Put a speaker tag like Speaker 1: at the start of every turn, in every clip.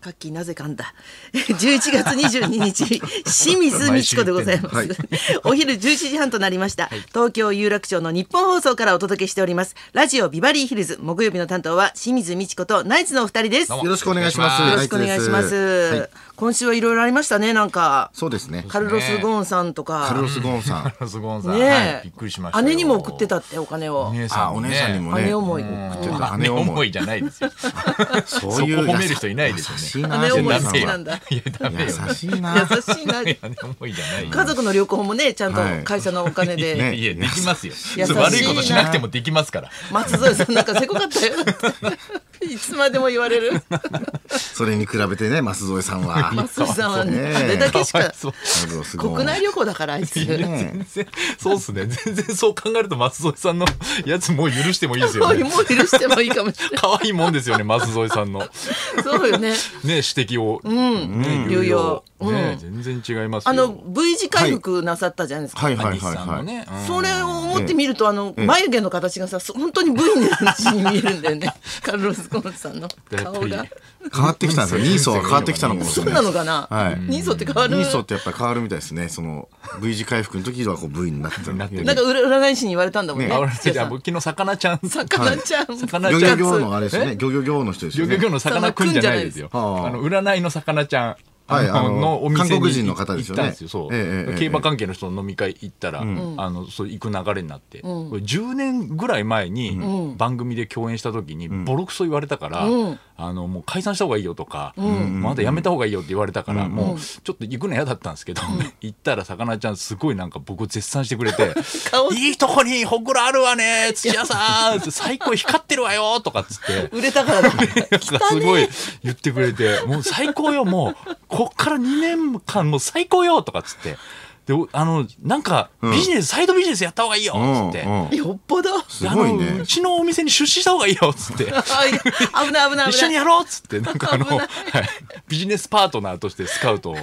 Speaker 1: カッキーなぜかんだ。11月22日、 清水美智子でございます。
Speaker 2: 毎週言
Speaker 1: お昼11時半となりました。東京有楽町の日本放送からお届けしております。ラジオビバリーヒルズ木曜日の担当は清水美智子とナイツのお二人です。
Speaker 2: どう
Speaker 1: よ
Speaker 2: もよろしくお願いします。
Speaker 1: ろしくお願いします。
Speaker 2: ナイツですはい
Speaker 1: 今週はいろいろありましたね。なんか
Speaker 2: そうですね。
Speaker 1: カルロスゴーンさんと
Speaker 2: カ
Speaker 1: か
Speaker 2: ルロ、スゴーンさん。
Speaker 3: ロスゴーンさん、
Speaker 1: ね
Speaker 3: はいびっくりしましたよ
Speaker 1: 姉にも送ってたってお金を。
Speaker 3: 姉
Speaker 2: あ、
Speaker 3: さん
Speaker 2: お
Speaker 3: にね
Speaker 2: 姉さんにもね。
Speaker 1: 姉思い。
Speaker 2: ちょっと
Speaker 3: 姉
Speaker 2: 姉
Speaker 3: 思
Speaker 2: 思
Speaker 3: い
Speaker 2: い。
Speaker 3: じゃないですよ
Speaker 2: そういう
Speaker 3: そこ褒める人いないですよね
Speaker 2: 優しいな。
Speaker 1: 姉思い
Speaker 2: お
Speaker 1: 好
Speaker 2: 姉さん
Speaker 1: きな
Speaker 2: は
Speaker 1: んだ。
Speaker 3: いやダメよ
Speaker 2: 優しいな。
Speaker 1: 優しいな。
Speaker 3: 姉思いじゃないよ
Speaker 1: 家族の旅行もね、ちゃんと
Speaker 2: はい
Speaker 1: 会社のお金で。
Speaker 2: ね
Speaker 3: いやできますよ
Speaker 1: 優しいな
Speaker 3: 悪いことしなくてもできますから
Speaker 1: 松添さんなんかせこかったよ いつまでも言われる
Speaker 2: それに比べてね、舛添さんは。
Speaker 1: 松添さんはね
Speaker 2: ね
Speaker 1: あれだけし
Speaker 3: かわ
Speaker 1: か
Speaker 3: いそう
Speaker 2: カルロスゴーン。
Speaker 1: 国内旅行だからあいつも
Speaker 2: ね
Speaker 3: 全然そうっすね全然そう考えると松添さんのやつもう許してもいいですよ
Speaker 1: う
Speaker 3: ね
Speaker 1: もう許してもいいかもしれ
Speaker 3: 可愛いもんですよね松添さんのね
Speaker 1: ないそうよね
Speaker 3: 指摘をね
Speaker 1: 流用
Speaker 3: ね全然違いますよ
Speaker 1: あの V 字回復なさったじゃないですか、
Speaker 2: はいはい
Speaker 3: 日
Speaker 2: はい
Speaker 3: 産
Speaker 2: は
Speaker 3: の
Speaker 2: い。
Speaker 3: ねうん
Speaker 1: それを思ってみると、あの眉毛の形がさそ本当に V の形に見えるんだよ ねカルロス・ゴーンさんの顔
Speaker 3: やっ
Speaker 1: が
Speaker 3: ぱ
Speaker 2: 変わってきたんですよ。ニーソは変わってきたのかもし
Speaker 1: そ
Speaker 2: れ
Speaker 1: う
Speaker 2: ない。
Speaker 1: なのかな、
Speaker 2: はい
Speaker 1: 人相って変わる
Speaker 2: ニーソってやっぱり変わるみたいですね。その V 字回復の時はこう V になってた
Speaker 3: なってる
Speaker 1: なんか占い師に言われたんだもんね
Speaker 3: あ俺
Speaker 1: 土屋
Speaker 3: じ
Speaker 1: さ
Speaker 3: ゃあ
Speaker 1: ん
Speaker 3: 僕昨日魚ちゃん
Speaker 1: 魚ちゃん、
Speaker 3: 魚
Speaker 2: 漁
Speaker 3: ちゃ
Speaker 2: 業
Speaker 3: ん
Speaker 2: 業のあれです
Speaker 3: え
Speaker 2: ね。漁業業の人です
Speaker 3: 漁
Speaker 2: よね
Speaker 3: 業。の魚くんじゃないですよ。
Speaker 2: 魚くんじ
Speaker 3: あ
Speaker 2: ゃないです
Speaker 3: の占いの魚ちゃん。
Speaker 2: はい
Speaker 3: あの
Speaker 2: あの
Speaker 3: のお店に
Speaker 2: 韓国人の方ですよね
Speaker 3: 行ったんですよ。そう、
Speaker 2: ええええ
Speaker 3: 競馬関係の人の飲み会行ったら、あのそう行く流れになって、これ10年ぐらい前に番組で共演した時にボロクソ言われたから、あのもう解散した方がいいよとか、まだやめた方がいいよって言われたから、もうちょっと行くの嫌だったんですけど、行ったら魚ちゃんすごいなんか僕を絶賛してくれて
Speaker 1: 顔
Speaker 3: 「いいとこにほくろあるわね土屋さん最高光ってるわよ」とかっつって。
Speaker 1: 売れたからだ
Speaker 3: なんかすごい言ってくれて、もう最高よ、もう、こっから2年間もう最高よとかっつって、で、おあの、なんか、ビジネス、サイドビジネスやった方がいいよっつって、
Speaker 2: うんうん
Speaker 1: よっぽど
Speaker 2: すご
Speaker 3: で
Speaker 2: い
Speaker 3: あの、
Speaker 2: ね
Speaker 3: う。ちのお店に出資した方がいいよっつって、
Speaker 1: あいや危ない危ない
Speaker 3: 一
Speaker 1: 危
Speaker 3: 緒に
Speaker 1: ない
Speaker 3: やろうっつって、なんかあの、
Speaker 1: 危な
Speaker 3: はいい、ビジネスパートナーとしてスカウトを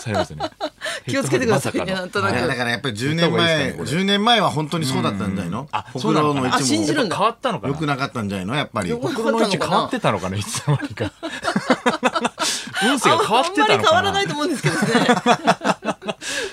Speaker 3: されましたね。
Speaker 1: 気をつけてください
Speaker 3: まさか
Speaker 1: な
Speaker 3: の
Speaker 1: んとな
Speaker 2: ね
Speaker 1: く
Speaker 2: だからやっぱり10
Speaker 3: 言った
Speaker 2: 年前、
Speaker 3: 方がいいですか
Speaker 2: 10年前は本当にそうだったんじゃないの
Speaker 3: あ、
Speaker 2: ほ
Speaker 3: そう
Speaker 2: く
Speaker 3: な
Speaker 2: ろ
Speaker 3: のか
Speaker 2: の位
Speaker 3: な
Speaker 2: 置
Speaker 1: あ信じるん
Speaker 2: も
Speaker 1: だ
Speaker 3: 変わったのか
Speaker 2: 良
Speaker 3: な
Speaker 2: くなかったんじゃないのやっぱり。
Speaker 1: よく
Speaker 3: 心の位置変わってたのかな、いつの間にか。 運勢が変わって
Speaker 1: あんま
Speaker 3: た
Speaker 1: り変わ
Speaker 3: のからな
Speaker 1: ない。と思うんです けどね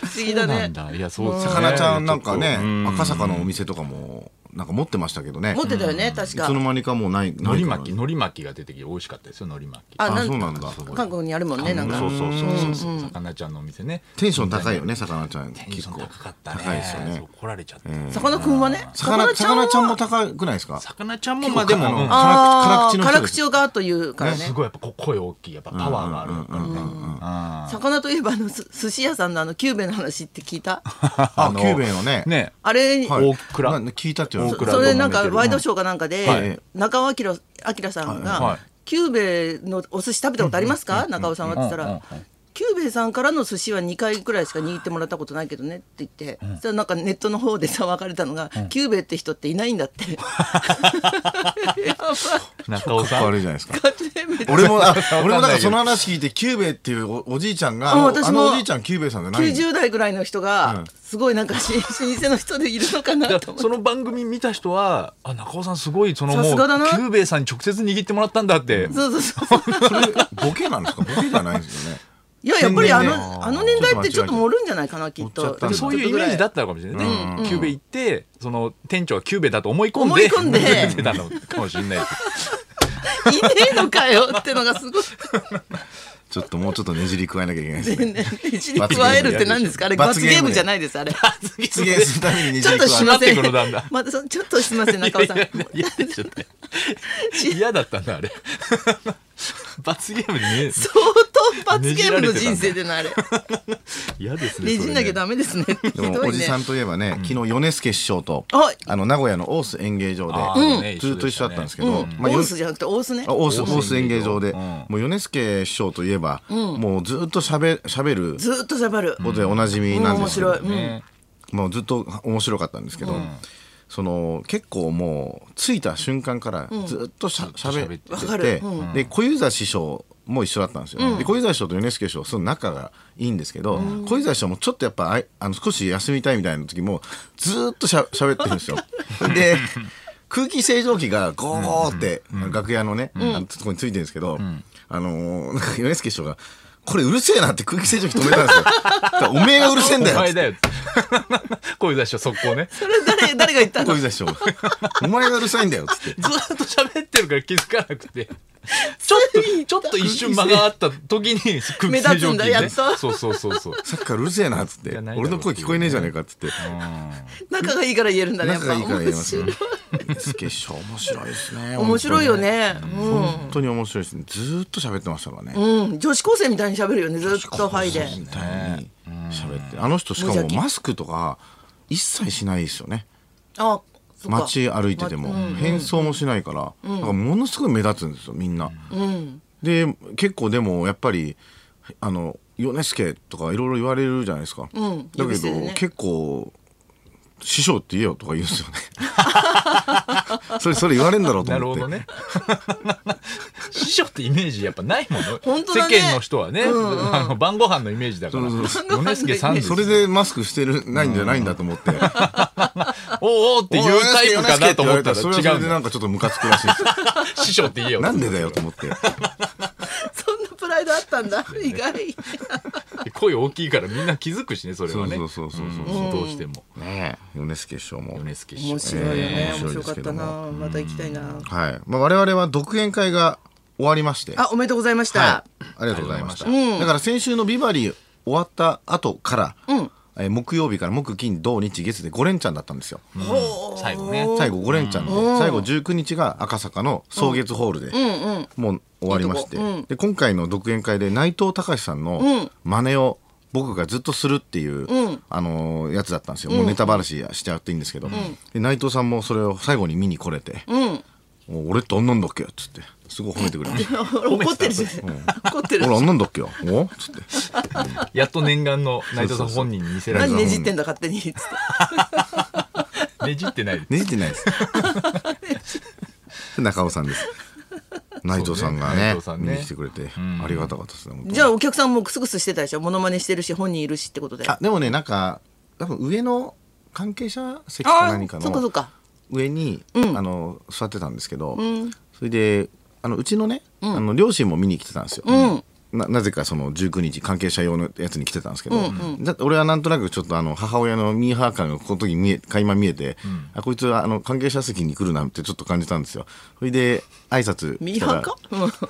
Speaker 1: 不思議だ
Speaker 3: そうな
Speaker 1: ね
Speaker 3: んだ。いや、そうですよね
Speaker 2: 魚ちゃんなんか
Speaker 3: ちょ
Speaker 2: ね
Speaker 3: っとうん、
Speaker 2: 赤坂のお店とかも、なんか持ってましたけどね。
Speaker 1: 持ってたよね確
Speaker 2: いつの
Speaker 1: か
Speaker 2: 間にかもうない。
Speaker 3: 海
Speaker 2: 海
Speaker 3: 苔巻き、海苔巻きが出てきて美味しかったですよ、海苔巻き。
Speaker 1: あ
Speaker 2: あ、
Speaker 1: なん
Speaker 2: そうなんだ。
Speaker 1: 韓国にあるもんねなんか
Speaker 3: そうそうそうそう、魚ちゃんのお店ね。
Speaker 2: テンション高いよね、魚ちゃん。
Speaker 3: テンシ
Speaker 2: 結
Speaker 3: ョン
Speaker 2: 構。
Speaker 3: 高かったね。
Speaker 2: 高いですよね
Speaker 3: そう怒られちゃった。
Speaker 1: さかなクンはね
Speaker 2: 魚、
Speaker 1: さかな
Speaker 2: 魚ちゃんも
Speaker 1: は
Speaker 2: 高くないですか
Speaker 3: 魚ちゃんも、まあでも、
Speaker 2: あの
Speaker 3: うん
Speaker 1: あー
Speaker 2: 辛口
Speaker 1: 辛
Speaker 2: 辛口
Speaker 1: 口をガーッと言うから
Speaker 3: す
Speaker 1: ね
Speaker 3: ごいやっぱこう声大きい、やっぱパワーがあるからね。あ
Speaker 1: 魚といえばあのす寿司屋さんのあのキューベの話って聞い た
Speaker 2: あ、
Speaker 3: の
Speaker 2: キューベンはね。
Speaker 3: ーね。
Speaker 1: あれ
Speaker 2: はい。
Speaker 3: 大倉
Speaker 2: な聞いたって言われ
Speaker 3: 大
Speaker 2: て
Speaker 3: 倉
Speaker 1: それなんかワイド
Speaker 2: ョ
Speaker 1: ショーかなんか
Speaker 2: は
Speaker 1: で
Speaker 2: い
Speaker 1: 中尾明明さん
Speaker 3: はいは
Speaker 1: が
Speaker 3: い
Speaker 1: 「キューベのお寿司食べたことありますか中尾さんは」って言った
Speaker 3: うんうん
Speaker 1: ら
Speaker 3: うん
Speaker 1: 「キューベさんからの寿司は2回くらいしか握ってもらったことないけどね」って言ってそしたらなんかネットの方でさ別れたのが「キューベって人っていないんだ」って やばい
Speaker 3: 中尾さん。
Speaker 2: 悪いじゃないですか。
Speaker 1: 勝手めっちゃ
Speaker 2: 俺も、あ
Speaker 3: ど
Speaker 2: 俺もなんかその話聞いて、キューベっていうおおじいちゃんが、
Speaker 1: あ
Speaker 2: あの
Speaker 1: 私
Speaker 2: あ
Speaker 1: も
Speaker 2: のおじいちゃんキューベさんじゃない
Speaker 1: 90代ぐらいの人
Speaker 2: う
Speaker 1: が
Speaker 2: ん
Speaker 1: すごいなんかし老舗の人でいるのかなと
Speaker 3: だから
Speaker 1: 思
Speaker 3: そ
Speaker 1: って。
Speaker 3: の番組見た人は、あ、中尾さんすごい、そのもう、
Speaker 1: さ
Speaker 3: キ
Speaker 1: すがだな
Speaker 3: ューベイさんに直接握ってもらったんだって。
Speaker 1: そうそうそう
Speaker 2: それボケなんですかボケじゃないんですよね。
Speaker 1: いややっぱりあ
Speaker 2: 天然ね
Speaker 1: のあの年代ってちょっと
Speaker 2: ちょっと間違えた
Speaker 1: 盛るんじゃないかなきっ
Speaker 2: 盛っちゃ
Speaker 1: と
Speaker 2: ったんだ
Speaker 3: そういうイメージだ
Speaker 1: っ
Speaker 3: ったのかもしれないね。キューベ行って、その店長はキューベだと思い込んで、
Speaker 1: 思い込ん で
Speaker 3: 出てたのかもしれない。
Speaker 1: たいねえのかよってのがすごい
Speaker 2: ちょっともうちょっとねじり加えなきゃいけないです ね。
Speaker 1: 一に加えるって何ですかあれ罰
Speaker 2: 罰ゲーム
Speaker 1: ゲームじゃないですあれ
Speaker 2: 実現するためにね
Speaker 1: ち
Speaker 2: じ
Speaker 1: ょっ
Speaker 2: り
Speaker 1: と
Speaker 2: 加
Speaker 1: すい
Speaker 2: え
Speaker 1: ませ
Speaker 3: 待ってこのだ
Speaker 1: ん
Speaker 3: んだ
Speaker 1: またそちょっとすいません中尾さん
Speaker 3: いやいやいやちょっと嫌だった んだ、あれ。罰ゲームでね、
Speaker 1: 相当罰ゲームの人生でのあれ
Speaker 3: 嫌ですね。
Speaker 1: ねじんなきゃ
Speaker 3: それね
Speaker 1: ダメですねひ
Speaker 2: で
Speaker 1: どいね
Speaker 2: もおじさんといえばね、昨日米助師匠と、
Speaker 1: はい
Speaker 2: あの名古屋の大須演芸場
Speaker 3: あーね
Speaker 2: で、
Speaker 3: 一緒でしたね
Speaker 2: ずっと一緒だったんですけ
Speaker 1: う
Speaker 2: ど、
Speaker 1: ん
Speaker 2: まあ
Speaker 1: オ
Speaker 2: よ
Speaker 1: ースじゃなくてオースね
Speaker 2: あ大須
Speaker 3: 大
Speaker 2: 大
Speaker 3: 須
Speaker 2: 須演芸場で、
Speaker 3: うん
Speaker 2: もう米助師匠といえば、もうずっとしゃべしゃべる
Speaker 1: ずーっとしゃべる
Speaker 2: ことでおなじみなん
Speaker 1: 面
Speaker 2: ですけど、
Speaker 1: 白いうん
Speaker 3: ね
Speaker 2: もうずっと面白かったんですけど、その結構もう着いた瞬間からずっとしゃ,、べっ
Speaker 3: わ
Speaker 1: か
Speaker 2: て
Speaker 1: る
Speaker 2: て、で小遊三師匠も一緒だったんですよ、で小遊三師匠と米助師匠すごい仲がいいんですけど、小遊三師匠もちょっとやっぱあいあの少し休みたいみたいな時もずっとしゃ しゃべってるんですよ。で空気清浄機がゴーって楽屋のね、あのとこについてるんですけど、あのー、なんか米助師匠が、これうるせえなって空気清浄機止めたんですよ。 だからおめえがう るせえんだよ
Speaker 3: お
Speaker 2: っ
Speaker 3: 前
Speaker 2: つって。
Speaker 3: だよって小遊三師匠速攻ね
Speaker 1: それ誰誰が言った
Speaker 2: 小
Speaker 1: のず
Speaker 2: 遊三師匠が。お前がうるさいんだよっつって。
Speaker 3: ずーっと喋ってるから気づかなくて。ちょっと、ちょっと一瞬間があった時に空
Speaker 1: 目
Speaker 3: 気
Speaker 1: 立
Speaker 3: 清
Speaker 1: つ
Speaker 3: 浄
Speaker 1: ん
Speaker 3: 機
Speaker 1: だ
Speaker 3: ね
Speaker 1: やっと
Speaker 3: そうそうそうそう。
Speaker 2: さっきからうるせえなっつって。
Speaker 3: いやないだろう
Speaker 2: 俺の声聞こえねえじゃねえかっつって。
Speaker 1: 仲がいいから言えるんだねやっ
Speaker 2: 仲
Speaker 1: ぱ
Speaker 2: がいいから言いますね
Speaker 1: 面白い。
Speaker 2: 米助師匠面白いですね。
Speaker 1: 面白いよね
Speaker 2: 本当に面白いですね。ずーっと喋ってましたからね。
Speaker 1: うん、うん、女子高生みたいに喋るよねずっとハイで
Speaker 2: みたいに喋って。あの人しか
Speaker 1: 無
Speaker 2: も
Speaker 1: 邪気
Speaker 2: マスクとか一切しないですよね。
Speaker 1: あそっか
Speaker 2: 街歩いてても、
Speaker 1: まうん
Speaker 2: 変装もしないから、だからものすごい目立つんですよみんな。
Speaker 1: うん
Speaker 2: で結構でもやっぱりあの米助とかいろいろ言われるじゃないですか、
Speaker 1: ん
Speaker 2: だ
Speaker 1: 呼
Speaker 2: け
Speaker 1: び捨
Speaker 2: ど、
Speaker 1: てでね
Speaker 2: 結構「師匠って言えよ」とか言うんですよね それそれ言われるんだろうと
Speaker 3: なる
Speaker 2: 思っ
Speaker 3: ほ
Speaker 2: て
Speaker 3: どね。 師匠ってイメージやっぱないもの。
Speaker 1: 本当だね
Speaker 3: 世間の人はね、あの晩ご飯のイメージだから。
Speaker 2: そうそう
Speaker 3: 米助さんです
Speaker 2: それでマスクしてるないんじゃないんだ と思って、う
Speaker 3: おーおーっていうタイプかなと思ったら
Speaker 2: それはそ
Speaker 3: 違
Speaker 2: れ
Speaker 3: う
Speaker 2: で
Speaker 3: の
Speaker 2: なんかちょっとムカつくらしいです
Speaker 3: 師匠って言えよ。
Speaker 2: なんでだよと思って
Speaker 1: そんなプライドあったんだ意外
Speaker 3: 声大きいからみんな気づくしね、それはね。
Speaker 2: そうそうそうそうそ
Speaker 3: んどうしても。
Speaker 2: ねえ米助師匠も
Speaker 3: 米助師
Speaker 1: 面
Speaker 3: 匠。
Speaker 1: 白いよね、
Speaker 2: えー
Speaker 1: 面白かったなまた行きたいな
Speaker 2: はい、まあ、我々は独演会が終わりまして
Speaker 1: あおめでとうございました、
Speaker 2: はい、ありがとうございました、だから先週のビバリー終わった後から、えー木曜日から木金土日月で5連チャンだったんですよ、
Speaker 3: うん最後ね。
Speaker 2: 最後5連チャンで、最後19日が赤坂の草月ホールで、もう終わりまして
Speaker 1: いいとこ
Speaker 2: で今回の独演会で内藤隆さんの真似を僕がずっとするっていう、あのーやつだったんですよ、もうネタ話しちゃっていいんですけど、で内藤さんもそれを最後に見に来れて「もう俺ってあんなんだっけ?」っつってす ごい褒めてくれました。
Speaker 1: 怒ってるじゃん、怒ってる
Speaker 2: 俺あんなんだっけよおつって
Speaker 3: やっと念願の内藤さん本人に見せられ
Speaker 1: 何
Speaker 3: た。
Speaker 1: ねじってんだ勝手につって
Speaker 3: ねじってない。
Speaker 2: ねじってないです 中尾さんです内藤さんが
Speaker 3: 内
Speaker 2: ね
Speaker 3: 藤さんね
Speaker 2: 見に来てくれてありがたかったですね本当に
Speaker 1: じゃあお客さんもクスクスしてたでしょモノマネしてるし本人いるしってことで
Speaker 2: あでもねなんか多分上の関係者席
Speaker 1: あ
Speaker 2: か
Speaker 1: ー
Speaker 2: 何か
Speaker 1: そっかそっ
Speaker 2: の
Speaker 1: か
Speaker 2: 上にあの座ってたんですけどそれであのうちのねあの両親も見に来てたんですよななぜかその19日関係者用のやつに来てたんですけど、だ俺はなんとなくちょっとあの母親のミーハー感がこの時見え垣間見えて、あこいつはあの関係者席に来るなってちょっと感じたんですよそれで挨拶
Speaker 1: ミー
Speaker 2: した
Speaker 1: ハー
Speaker 2: ら
Speaker 1: か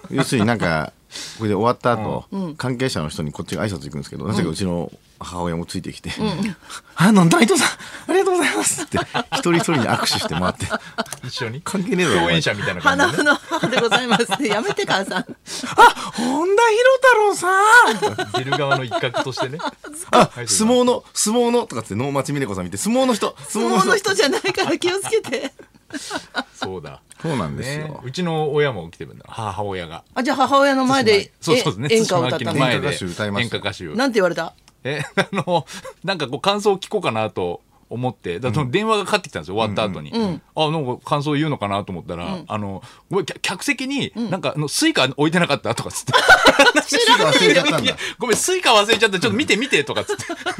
Speaker 1: うん
Speaker 2: 要するになんかこれで終わった後、関係者の人にこっちが挨拶行くんですけどなぜかうちの母親もついてきて「あなんだ伊藤さんありがとうございます」って一人一人に握手して回って「
Speaker 3: 一緒に
Speaker 2: 関係ねえだろお前
Speaker 3: 共演者みたいな感
Speaker 1: 花
Speaker 3: じで、ね、
Speaker 1: の母でございますねやめて母さん
Speaker 2: あ本田博太郎さ
Speaker 3: 出
Speaker 2: ん!」
Speaker 3: る側の一角としてね
Speaker 2: あ相撲の相撲のとかって能町みね子さん見て相撲の人
Speaker 1: 相撲の人じゃないから気をつけて
Speaker 3: そうだ
Speaker 2: そうなんです
Speaker 3: ね
Speaker 2: よ、
Speaker 3: うちの親も来てるんだ母親が
Speaker 1: あじゃあ母親の前で
Speaker 3: そうそうね
Speaker 1: え演歌を歌った
Speaker 3: 対
Speaker 1: の
Speaker 3: 馬
Speaker 2: 対
Speaker 3: 焼きの前で
Speaker 2: 馬演歌歌手歌いました
Speaker 3: 演歌歌手
Speaker 1: なんて言われた
Speaker 3: えあのなんかこう感想を聞こうかなと思ってだからその電話がかかってきたんですよ、終わった後に、あなんか感想言うのかなと思ったら、あのごめん客客席になんかあのスイカ置いてなかったとかっつって
Speaker 1: 知ら
Speaker 2: 忘
Speaker 1: ね
Speaker 2: れ
Speaker 1: え
Speaker 2: ちゃ
Speaker 1: よ
Speaker 2: った
Speaker 3: い
Speaker 2: んだ
Speaker 3: や ごめん、スイカ忘れちゃった。ちょっと見て見てとかっつって。終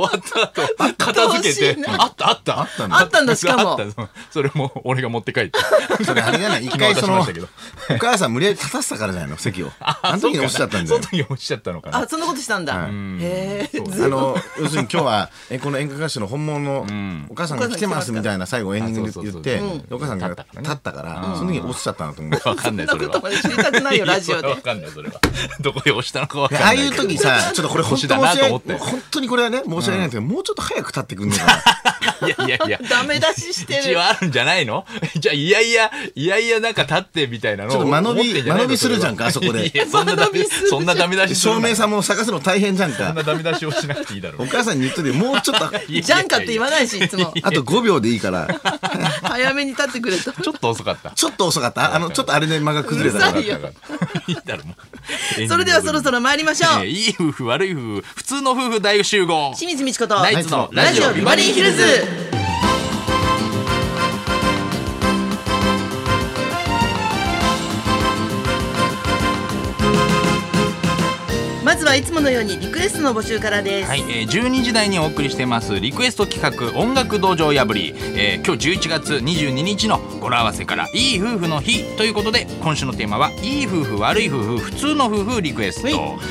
Speaker 3: わった後、片
Speaker 1: 鬱
Speaker 3: 付け
Speaker 1: 陶しい
Speaker 3: て。
Speaker 1: な
Speaker 3: あったあった。あ
Speaker 2: ったん
Speaker 1: だあったんだしかも
Speaker 3: あったそれも俺が持って帰って。
Speaker 2: それあれじゃない一回そ
Speaker 3: 今
Speaker 2: の
Speaker 3: 渡しましたけど
Speaker 2: お母さん無理やり立たせたからじゃないの席をあの時におっしゃったんじゃ
Speaker 3: その
Speaker 2: ない
Speaker 3: 時におっしゃったのかな
Speaker 1: あ。そんなことしたんだ
Speaker 2: はい
Speaker 1: へえ
Speaker 2: あの要するに今日はえこの演歌歌手の本物のお母さんが来てますみたいな最後エンディングで言って
Speaker 3: あそうそうそう
Speaker 2: でお母さんが
Speaker 3: 立ったからね
Speaker 2: 立ったからその時に落ちちゃったな と思う
Speaker 3: わかんない、そ
Speaker 1: そん
Speaker 3: れ
Speaker 1: なこ
Speaker 3: は
Speaker 1: と。まで知りたくない よラジオ
Speaker 3: いや
Speaker 1: で
Speaker 3: わかんない、それは。 どこで押したのかわかん
Speaker 2: ああ
Speaker 3: ないけ
Speaker 2: い
Speaker 3: ど。
Speaker 2: う時さ ちょっとこれ本
Speaker 3: 腰
Speaker 2: 当申
Speaker 3: だな
Speaker 2: し
Speaker 3: と
Speaker 2: 訳
Speaker 3: 思っ
Speaker 2: な
Speaker 3: て
Speaker 2: い本当にこれはね申し訳ないんですけどもうちょっと早く立ってくんねえ か
Speaker 3: い やいやいや。
Speaker 1: ダメ出しして
Speaker 3: 一
Speaker 1: る
Speaker 3: 応あるんじゃないの じゃあ、いやいや、いやいや、なんか立ってみたいなの
Speaker 2: ちょっと間延び
Speaker 3: 思ってんじゃないの
Speaker 2: 間延びするじゃんかあそこで
Speaker 3: いやいやそんなダメ、そんなダメ出
Speaker 2: な
Speaker 3: しする
Speaker 2: 照
Speaker 3: な。
Speaker 2: 明
Speaker 3: そ
Speaker 2: さんも探すの大変じゃん
Speaker 3: ん
Speaker 2: か
Speaker 3: なダメ出しをしなくていいだろ
Speaker 2: お
Speaker 3: う。
Speaker 2: 母さんに言っといてもうちょ っと
Speaker 1: じゃんかって言わないしいつも
Speaker 2: あと5秒でいいから
Speaker 1: 早めに立ってくれと
Speaker 3: ちょっと遅かった。
Speaker 2: ちょっと遅かったあのちょっとあれで間が崩れたか ら
Speaker 1: うるさいよ
Speaker 3: いいだろもう
Speaker 1: それではそろそろ参りましょ
Speaker 3: ね
Speaker 1: う
Speaker 3: いい夫婦悪い夫婦普通の夫婦大集合
Speaker 1: 清水美智子と
Speaker 3: ナイツの
Speaker 1: ラジオビバリーヒルズままずはいつものようにリクエストの募集からです、
Speaker 3: はい、えー、12時台にお送りしていますリクエスト企画音楽道場破り、えー、今日11月22日の語呂合わせからいい夫婦の日ということで今週のテーマはいい夫婦悪い夫婦普通の夫婦リクエスト、えー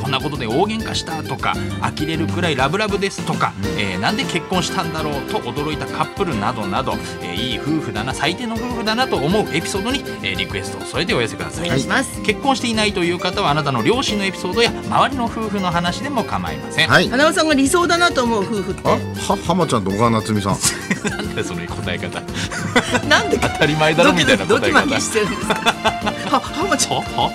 Speaker 3: こんなことで大喧嘩したとか呆れるくらいラブラブですとか、えーなんで結婚したんだろうと驚いたカップルなどなど、えーいい夫婦だな最低の夫婦だなと思うエピソードに、えーリクエストを添えてお寄せください
Speaker 1: お願いします
Speaker 3: 結婚していないという方はあなたの両親のエピソードや周りの夫婦の話でも構いません、
Speaker 2: はい
Speaker 1: 花輪さんが理想だなと思う夫婦って
Speaker 2: あは浜ちゃんと小川夏美さん
Speaker 3: なんでその答え方
Speaker 1: なんで
Speaker 3: 当たり前だろ
Speaker 1: ドキ
Speaker 3: み
Speaker 1: ド
Speaker 3: たいな
Speaker 1: キド
Speaker 3: 答
Speaker 1: キ
Speaker 3: え
Speaker 1: マ
Speaker 3: 方
Speaker 1: キしてるんですか は浜ちゃ
Speaker 3: はは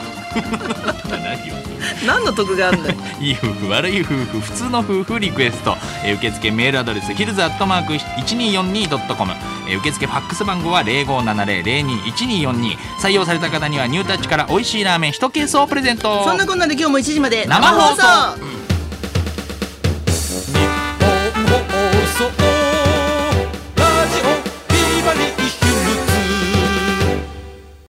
Speaker 3: 何よ
Speaker 1: ん何の得があるんだよ
Speaker 3: いい夫婦悪い夫婦普通の夫婦リクエスト、えー受付メールアドレスヒルズアットマーク 1242.com、えー受付ファックス番号は0570021242採用された方にはニュータッチから美味しいラーメン1ケースをプレゼント
Speaker 1: そんなこんなで今日も1時まで
Speaker 3: 生放送
Speaker 1: 送